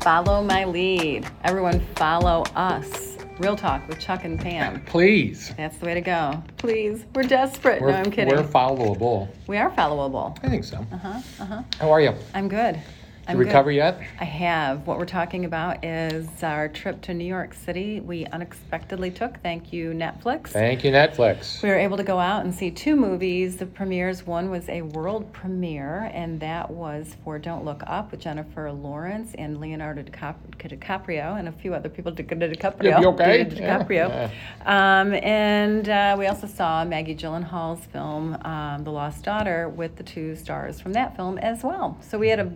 Follow my lead. Everyone, follow us. Real talk with Chuck and Pam. Please. That's the way to go. Please. We're desperate. We're, no, I'm kidding. We're followable. we are followable. I think so. Uh huh. Uh huh. How are you? Did I'm good. uh-huh. I'm you recover good. yet? I have. What we're talking about is our trip to New York City we unexpectedly took. Thank you, Netflix. Thank you, Netflix. We were able to go out and see two movies. The premieres, one was a world premiere, and that was for Don't Look Up with Jennifer Lawrence and Leonardo DiCap- DiCaprio and a few other people. Di- Di- DiCaprio. Yeah, you okay? Di- Yeah, DiCaprio. yeah. Um, and uh, we also saw Maggie Gyllenhaal's film, um, The Lost Daughter, with the two stars from that film as well. So we had a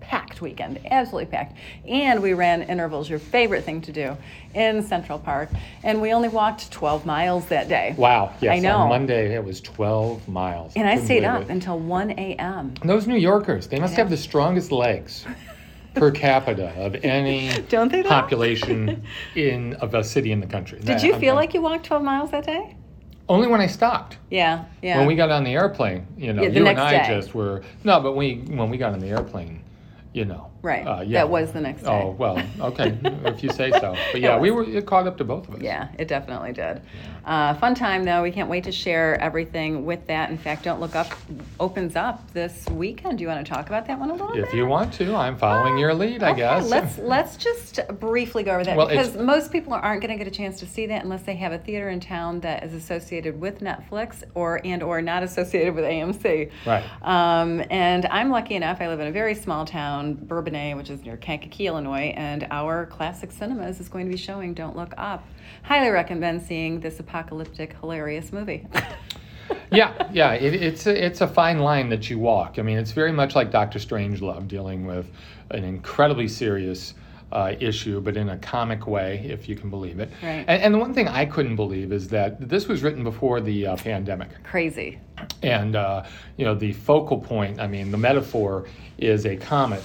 packed weekend, absolutely packed. And we ran intervals, your favorite thing to do, in Central Park. And we only walked 12 miles that day. Wow. Yes. I know. On Monday, it was 12 miles. And I Couldn't stayed believe up it. until 1 a.m. Those New Yorkers, they must have the strongest legs per capita of any Don't they, though? population in of a city in the country. Did you feel like you walked 12 miles that day? only when I stopped. Yeah, yeah. When we got on the airplane, you know, Yeah, the you and next I day. just were no, but we when we got on the airplane, you know, Right. uh, That yeah, was the next day. Oh well, okay, if you say so. But yeah, It we were it caught up to both of us. Yeah, it definitely did. Uh, fun time though. We can't wait to share everything with that. In fact, Don't Look Up opens up this weekend. Do you want to talk about that one a little bit? If you want to, I'm following your lead, I Okay, guess. Let's let's just briefly go over that Well, it's- because most people aren't going to get a chance to see that unless they have a theater in town that is associated with Netflix or and or not associated with AMC. Right. Um, and I'm lucky enough. I live in a very small town, Bourbonnais, which is near Kankakee, Illinois, and our classic cinemas is going to be showing Don't Look Up. Highly recommend seeing this apocalyptic, hilarious movie. yeah, yeah. It, it's a, it's a fine line that you walk. I mean, it's very much like Doctor Strangelove, dealing with an incredibly serious uh, issue, but in a comic way, if you can believe it. Right. And, and the one thing I couldn't believe is that this was written before the uh, pandemic, Crazy. and uh, you know the focal point. I mean, the metaphor is a comet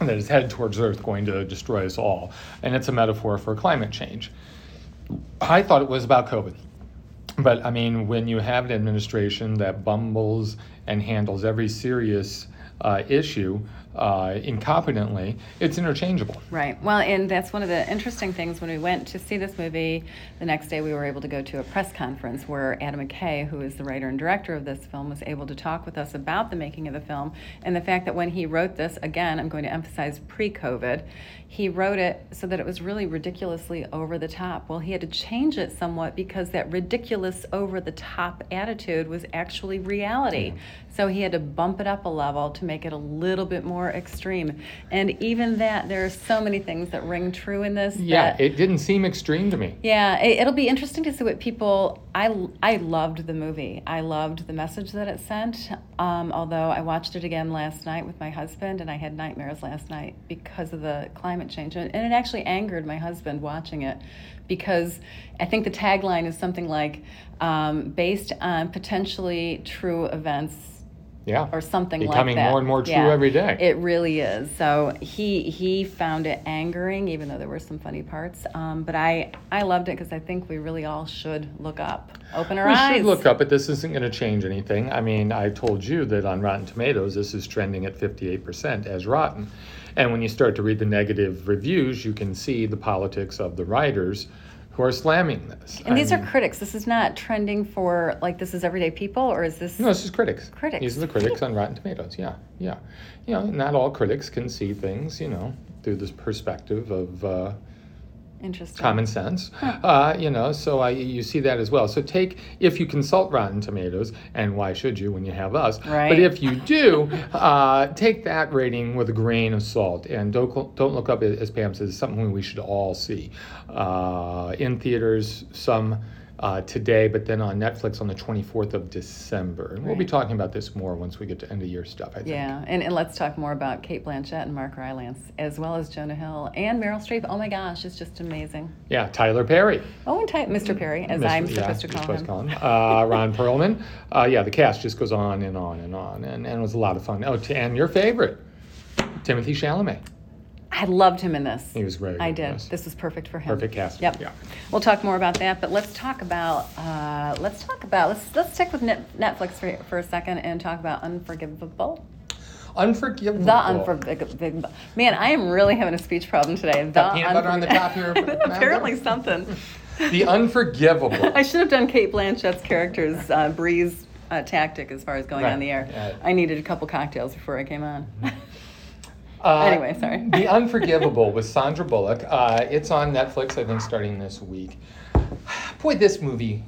that is headed towards Earth, going to destroy us all, and it's a metaphor for climate change. I thought it was about COVID. But I mean, when you have an administration that bumbles and handles every serious uh, issue uh, incompetently, it's interchangeable. Right. Well, and that's one of the interesting things when we went to see this movie. The next day, we were able to go to a press conference where Adam McKay, who is the writer and director of this film, was able to talk with us about the making of the film and the fact that when he wrote this, again, I'm going to emphasize pre COVID, he wrote it so that it was really ridiculously over the top. Well, he had to change it somewhat because that ridiculous, over the top attitude was actually reality. So he had to bump it up a level to make it a little bit more extreme. And even that, there are so many things that ring true in this. Yeah, that- it didn't seem extreme to me. yeah, it, it'll be interesting to see what people. I I loved the movie. I loved the message that it sent. Um, although I watched it again last night with my husband, and I had nightmares last night because of the climate change, and, and it actually angered my husband watching it, because I think the tagline is something like, um, "Based on potentially true events." Yeah. or something Becoming like that. more and more true Yeah, every day. It really is. So he he found it angering, even though there were some funny parts. Um, but I I loved it because I think we really all should look up, open our we eyes. should look up, but this isn't going to change anything. I mean, I told you that on Rotten Tomatoes, this is trending at 58% as rotten. And when you start to read the negative reviews, you can see the politics of the writers who are slamming this. And these I are critics. This is not trending for like this is everyday people, or is this No, this is critics. Critics. These are the critics on Rotten Tomatoes. Yeah, yeah. You know, not all critics can see things, you know, through this perspective of uh, interesting? common sense. Uh, you know, so I, you see that as well. So take, if you consult Rotten Tomatoes, and why should you when you have us? Right. But if you do, uh, take that rating with a grain of salt and don't, cl- don't look up, it, as Pam says, something we should all see. Uh, in theaters, some. Uh, today, but then on Netflix on the 24th of December. And we'll be talking about this more once we get to end of year stuff, I think. Yeah, and, and let's talk more about Kate Blanchett and Mark Rylance, as well as Jonah Hill and Meryl Streep. Oh my gosh, it's just amazing. Yeah, Tyler Perry. Oh, and type Mr. Perry, as Mr. I'm yeah, supposed to you're call him. supposed to call him. Uh, Ron Perlman. Uh, yeah, the cast just goes on and on and on, and, and it was a lot of fun. Oh, t- and your favorite, Timothy Chalamet. I loved him in this. He was very. I good in did. this. This was perfect for him. Perfect casting, Yep. yeah. We'll talk more about that, but let's talk about uh, let's talk about let's let's stick with Net- Netflix for, for a second and talk about Unforgivable. unforgivable. The unforgivable. Man, I am really having a speech problem today. The Got peanut butter on the top here, Amanda? Apparently something. The unforgivable. I should have done Kate Blanchett's character's uh, breeze uh, tactic as far as going Right, on the air. yeah. Mm-hmm. I needed a couple cocktails before I came on. Uh, Anyway, sorry. the Unforgivable with Sandra Bullock. Uh, it's on Netflix, I think, starting this week. Boy, this movie.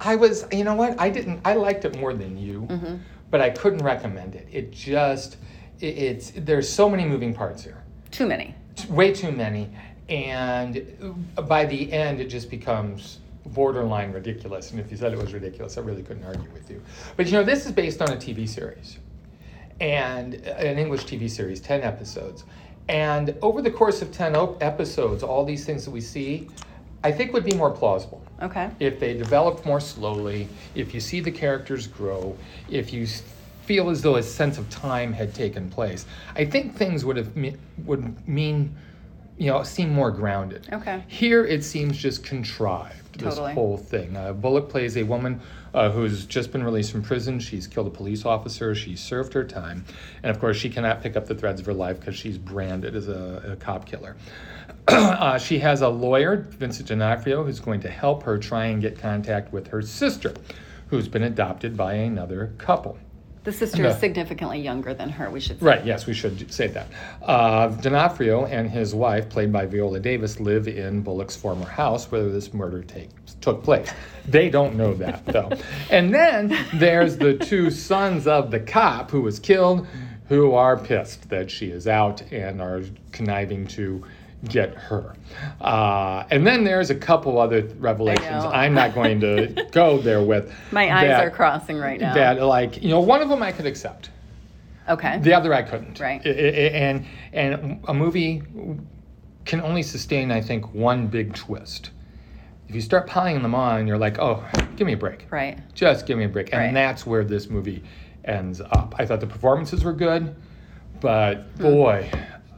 I was, you know what? I didn't. I liked it more than you, Mm-hmm. but I couldn't recommend it. It just, it, it's there's so many moving parts here, Too many. It's way too many, and by the end, it just becomes borderline ridiculous. And if you said it was ridiculous, I really couldn't argue with you. But you know, this is based on a TV series and uh, an English TV series, 10 episodes. And over the course of 10 op- episodes, all these things that we see, I think would be more plausible. Okay. If they developed more slowly, if you see the characters grow, if you s- feel as though a sense of time had taken place, I think things would have me- would mean, you know, seem more grounded. Okay. Here it seems just contrived. Totally. This whole thing. Uh, Bullock plays a woman uh, who's just been released from prison. She's killed a police officer. She's served her time, and of course, she cannot pick up the threads of her life because she's branded as a, a cop killer. uh, she has a lawyer, Vincent D'Onofrio, who's going to help her try and get contact with her sister, who's been adopted by another couple. The sister No. is significantly younger than her, we should say. Right, yes, we should say that. Uh, D'Onofrio and his wife, played by Viola Davis, live in Bullock's former house where this murder take, took place. They don't know that, though. and then there's the two sons of the cop who was killed, who are pissed that she is out and are conniving to get her. Uh, and then there's a couple other revelations know. I'm not going to go there with. My eyes that- are crossing right now. That, like, you know, one of them I could accept. Okay. The other I couldn't. Right. I- I- I- and and a movie can only sustain, I think, one big twist. If you start piling them on, you're like, oh, give me a break. right. Just give me a break. And Right. that's where this movie ends up. I thought the performances were good, but boy,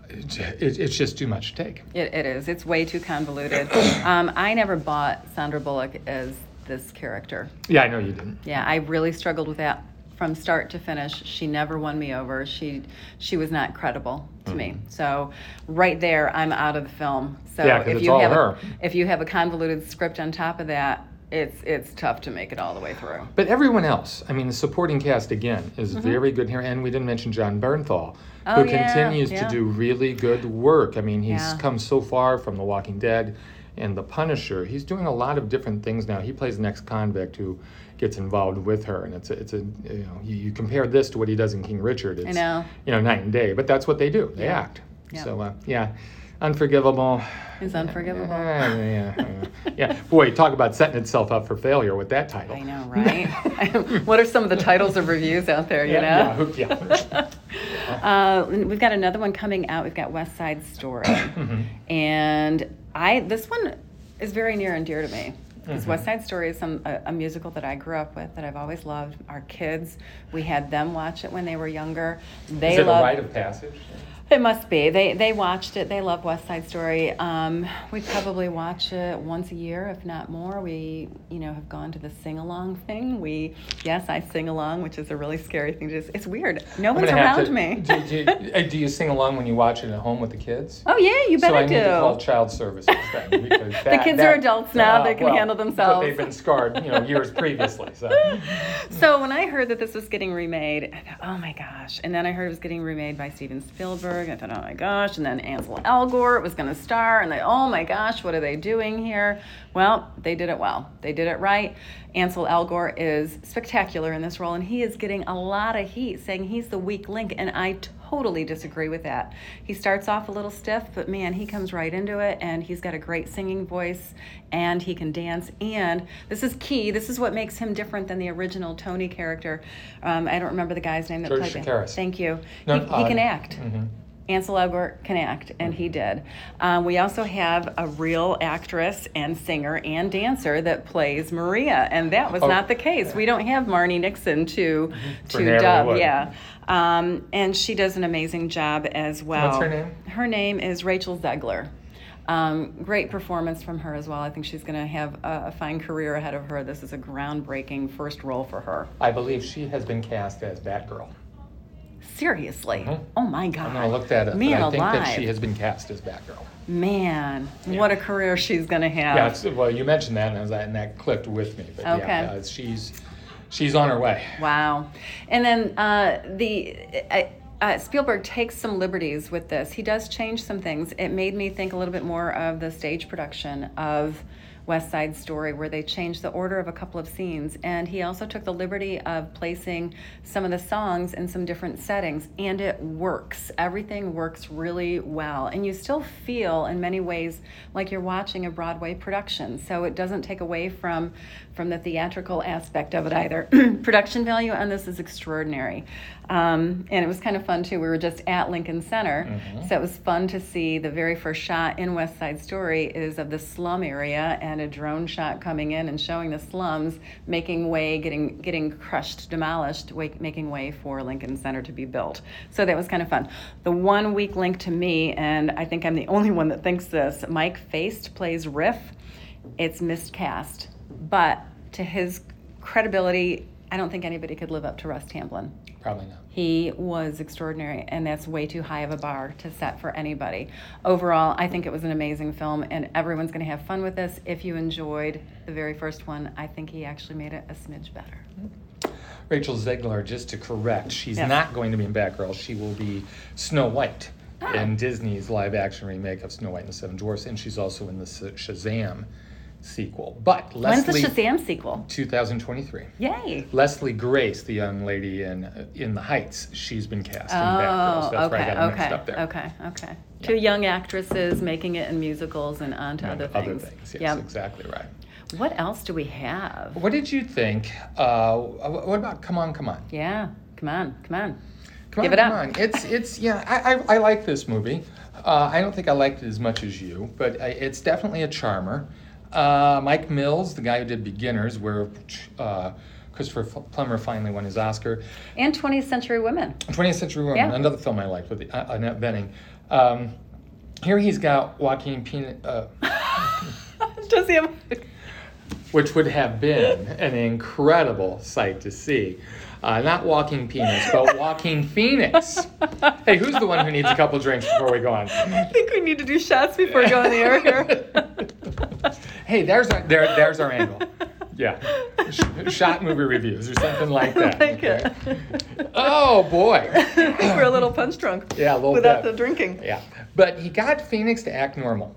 it, it, it's just too much to take. It, it is. It's way too convoluted. um, I never bought Sandra Bullock as this character. Yeah, I know you didn't. Yeah, I really struggled with that from start to finish. She never won me over. She she was not credible to me. So right there, I'm out of the film. So Mm-hmm. Yeah, 'cause if it's you all have her. A, if you have a convoluted script on top of that, it's it's tough to make it all the way through. But everyone else, I mean, the supporting cast again is very good here, and we didn't mention John Bernthal, Mm-hmm. Oh, who yeah, continues yeah. to do really good work. I mean, he's Yeah. come so far from The Walking Dead and The Punisher. He's doing a lot of different things now. He plays an ex-convict who gets involved with her, and it's a, it's a you know you, you compare this to what he does in King Richard. It's, know. You know, night and day. But that's what they do. They act. Yeah. So uh, yeah, unforgivable. It's unforgivable. Yeah, yeah, yeah. yeah. Boy, talk about setting itself up for failure with that title. I know, right? what are some of the titles of reviews out there? You know. Yeah, who- yeah. Uh, we've got another one coming out. We've got West Side Story, Mm-hmm. and I this one is very near and dear to me. Because Mm-hmm. West Side Story is some a, a musical that I grew up with that I've always loved. Our kids, we had them watch it when they were younger. They Is it loved a rite of passage? it must be. They they watched it. They love West Side Story. Um, we probably watch it once a year, if not more. We you know have gone to the sing along thing. We yes, I sing along, which is a really scary thing to do. It's weird. No one's around me. Do, do, uh, do you sing along when you watch it at home with the kids? Oh yeah, you bet so I, I need do. to call child services then. Because that, kids that- uh, are adults now, they can well, handle But themselves. they've been scarred, you know, years previously. So. so when I heard that this was getting remade, I thought, oh my gosh. And then I heard it was getting remade by Steven Spielberg. I thought, oh my gosh. And then Ansel Elgort was going to star. And they, oh my gosh, what are they doing here? Well, they did it well. They did it right. Ansel Elgort is spectacular in this role, and he is getting a lot of heat, saying he's the weak link. And I totally disagree with that. He starts off a little stiff, but man, he comes right into it and he's got a great singing voice and he can dance. And this is key. This is what makes him different than the original Tony character. Um, I don't remember the guy's name that George played him. Chakiris. Thank you. No, he, he uh, can act. Ansel Elgort can act, and he did. Um, we also have a real actress and singer and dancer that plays Maria, and that was Oh. Mm-hmm. not the case. We don't have Marnie Nixon to For to Natalie dub, Wood. yeah. Um, and she does an amazing job as well. What's her name? Her name is Rachel Zegler. Um, great performance from her as well. I think she's going to have a, a fine career ahead of her. This is a groundbreaking first role for her. I believe she has been cast as Batgirl. seriously. Mhm. Oh my God. I'm going to look that up. Man but I alive. think that she has been cast as Batgirl. Man, what a career she's going to have. Yeah, it's, well, you mentioned that, and, I was, and that clicked with me. But Oh. Okay. yeah, uh, she's she's on her way. Wow. And then uh, the uh, uh, Spielberg takes some liberties with this. He does change some things. It made me think a little bit more of the stage production of West Side Story, where they changed the order of a couple of scenes. And he also took the liberty of placing some of the songs in some different settings, and it works. Everything works really well. And you still feel, in many ways, like you're watching a Broadway production. So it doesn't take away from from the theatrical aspect of it either. Production value on this is extraordinary. Um, and it was kind of fun too. We were just at Lincoln Center, so it was fun to see the very first shot in West Side Story is of the slum area and a drone shot coming in and showing the slums making way, getting getting crushed, demolished, wa- making way for Lincoln Center to be built. So that was kind of fun. The one weak link to me, and I think I'm the only one that thinks this. Mike Faced plays Riff it's miscast. But to his credibility, I don't think anybody could live up to Russ Tamblyn. Probably not. He was extraordinary, and that's way too high of a bar to set for anybody. Overall, I think it was an amazing film, and everyone's going to have fun with this. If you enjoyed the very first one, I think he actually made it a smidge better. Rachel Zegler, just to correct, she's Yes. not going to be in Batgirl. She will be Snow White in Disney's live action remake of Snow White and the Seven Dwarfs, and she's also in the S- Shazam sequel. But When's Leslie, the Shazam sequel? 2023. Yay! Leslie Grace, the young lady in in the Heights, she's been cast in Batgirl. Oh, So that's where I okay, got it mixed okay, up there. okay, okay. Two young actresses making it in musicals and on to And other things. Yes, Yep. exactly right. What else do we have? What did you think? Uh, wh- what about Come On, Come On? Yeah, come on, come on. Come Give on, it come up. on. It's it's yeah. I, I, I like this movie. Uh, I don't think I liked it as much as you, but I, it's definitely a charmer. Uh, Mike Mills, the guy who did Beginners, where uh, Christopher F- Plummer finally won his Oscar. And 20th Century Women. 20th Century Woman, Yeah. another film I liked with uh, Annette Bening. Um, here he's got Joaquin Phoenix, uh, Does he have? which would have been an incredible sight to see. Uh, not Walking Penis, but Walking Phoenix. Hey, who's the one who needs a couple drinks before we go on? I think we need to do shots before we go in the air here. Hey, there's our there, there's our angle. Yeah, Sh- shot movie reviews or something like that. Like it. okay? Oh boy. I think we're a little punch drunk. Yeah, a little Without bit. the drinking. Yeah, but he got Phoenix to act normal,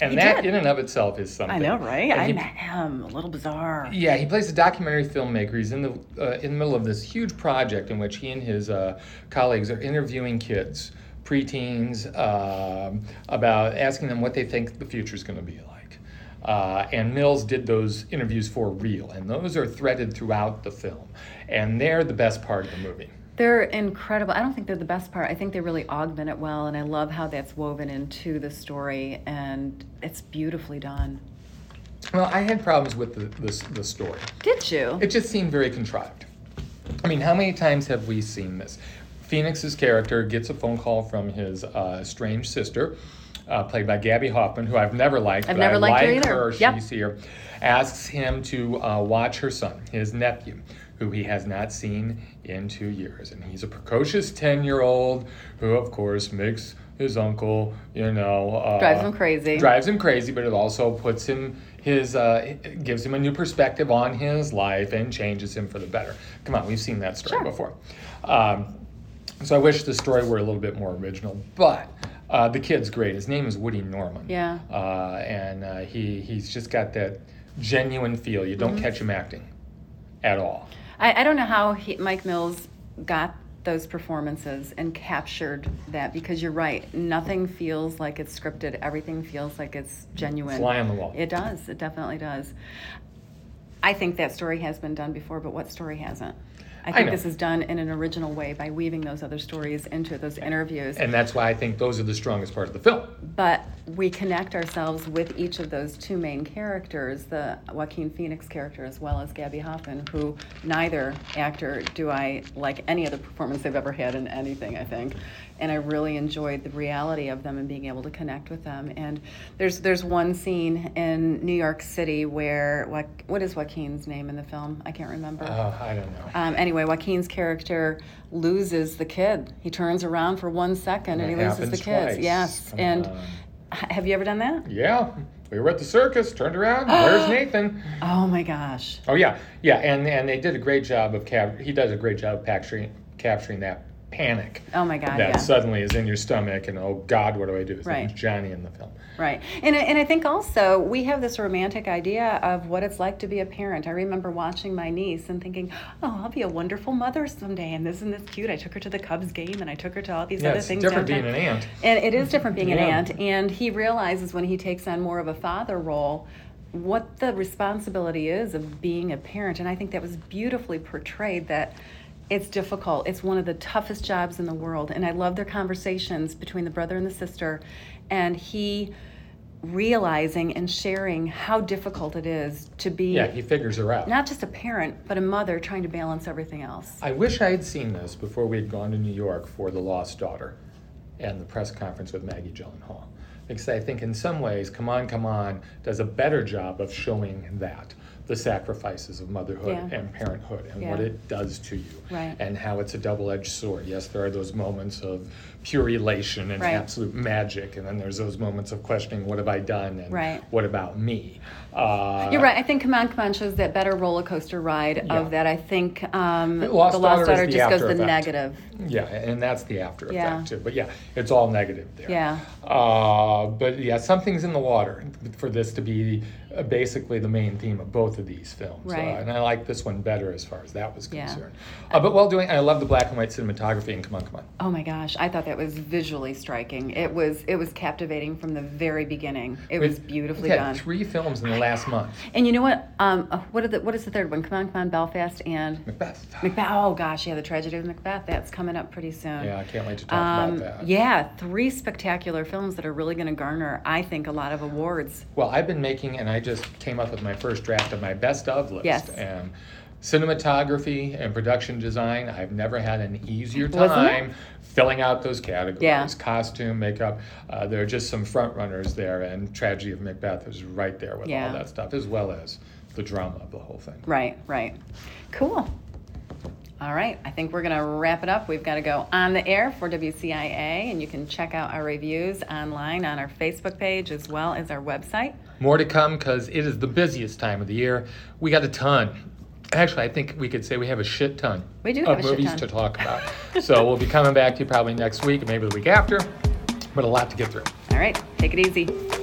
and He that did. in and of itself is something. I know, right? And I he- met him. A little bizarre. Yeah, he plays a documentary filmmaker. He's in the uh, in the middle of this huge project in which he and his uh, colleagues are interviewing kids, preteens, um, about asking them what they think the future is going to be like. Uh, and Mills did those interviews for real, and those are threaded throughout the film, and they're the best part of the movie. They're incredible. I don't think they're the best part. I think they really augment it well, and I love how that's woven into the story, and it's beautifully done. Well, I had problems with the the, the story. Did you? It just seemed very contrived. I mean, how many times have we seen this? Phoenix's character gets a phone call from his uh, estranged sister, uh, played by Gabby Hoffman, who I've never liked. I've but never I liked her like either. Her, Yep. She, see her, asks him to uh, watch her son, his nephew, who he has not seen in two years, and he's a precocious ten-year-old who, of course, makes his uncle, you know, uh, Drives him crazy. drives him crazy, but it also puts him his uh, it gives him a new perspective on his life and changes him for the better. Come on, we've seen that story Sure. before. Um, so I wish the story were a little bit more original, but. Uh, the kid's great. His name is Woody Norman. Yeah. Uh, and uh, he he's just got that genuine feel. You Mm-hmm. don't catch him acting at all. I, I don't know how he, Mike Mills got those performances and captured that because you're right. Nothing feels like it's scripted. Everything feels like it's genuine. Fly on the wall. It does. It definitely does. I think that story has been done before, but what story hasn't? I think know. this is done in an original way by weaving those other stories into those interviews. And that's why I think those are the strongest parts of the film. But we connect ourselves with each of those two main characters, the Joaquin Phoenix character as well as Gabby Hoffman, who neither actor do I like any other performance they've ever had in anything, I think. And I really enjoyed the reality of them and being able to connect with them. And there's there's one scene in New York City where what what is Joaquin's name in the film? I can't remember. Uh, I don't know. Um, anyway, Joaquin's character loses the kid. He turns around for one second and, It he loses the happens kid. twice. Yes. Come and on. h- have you ever done that? yeah, we were at the circus, turned around, where's Nathan? Oh my gosh. Oh yeah, yeah, and and they did a great job of cap. He does a great job of capturing capturing that panic Oh my God. that yeah. suddenly is in your stomach, and oh God, what do I do? His Right. name's Johnny in the film. Right. And, I- and I think also we have this romantic idea of what it's like to be a parent. I remember watching my niece and thinking, oh, I'll be a wonderful mother someday. And isn't this cute? I took her to the Cubs game and I took her to all these Yeah, other it's things. different downtown." being an aunt. And it is different being Yeah. an aunt. And he realizes when he takes on more of a father role what the responsibility is of being a parent. And I think that was beautifully portrayed that it's difficult. It's one of the toughest jobs in the world. And I love their conversations between the brother and the sister. And he realizing and sharing how difficult it is to be Yeah, he figures her out. not just a parent, but a mother trying to balance everything else. I wish I had seen this before we had gone to New York for The Lost Daughter and the press conference with Maggie Gyllenhaal. Because I think in some ways, Come On, Come On does a better job of showing that the sacrifices of motherhood Yeah. and parenthood and what Yeah. it does to you Right. and how it's a double edged sword. Yes, there are those moments of pure elation and Right. absolute magic, and then there's those moments of questioning what have I done and Right. what about me. Uh, You're right. I think Come On, Come On shows that better roller coaster ride Yeah. of that. I think um, The Lost The Lost Daughter is Daughter the just goes after the effect. negative. Yeah, and that's the after effect Yeah. too. But yeah, it's all negative there. Yeah. Uh, but yeah, something's in the water for this to be uh, basically the main theme of both of these films. Right. Uh, and I like this one better as far as that was Yeah. concerned. Uh, but while doing, I love the black and white cinematography. And come on, come on. Oh my gosh, I thought that was visually striking. It was it was captivating from the very beginning. It was We've- beautifully we've had done. Three films in the last month. And you know what? Um, uh, what are the what is the third one? Come on, come on, Belfast and Macbeth. Macbeth. Oh gosh, yeah, the tragedy of Macbeth. That's coming up pretty soon. Yeah, I can't wait to talk Um, about that. yeah, three spectacular films that are really going to garner, I think, a lot of awards. Well, I've been making, and I just came up with my first draft of my best of list. Yes. And cinematography and production design, I've never had an easier Wasn't it? time filling out those categories. Yeah. Costume, makeup, uh, there are just some front runners there, and Tragedy of Macbeth is right there with Yeah. all that stuff, as well as the drama of the whole thing. Right, right. Cool. All right, I think we're going to wrap it up. We've got to go on the air for WCIA, and you can check out our reviews online on our Facebook page as well as our website. More to come because it is the busiest time of the year. We got a ton. Actually, I think we could say we have a shit ton We do of have a shit movies ton. to talk about. so we'll be coming back to you probably next week, maybe the week after, but a lot to get through. All right, take it easy.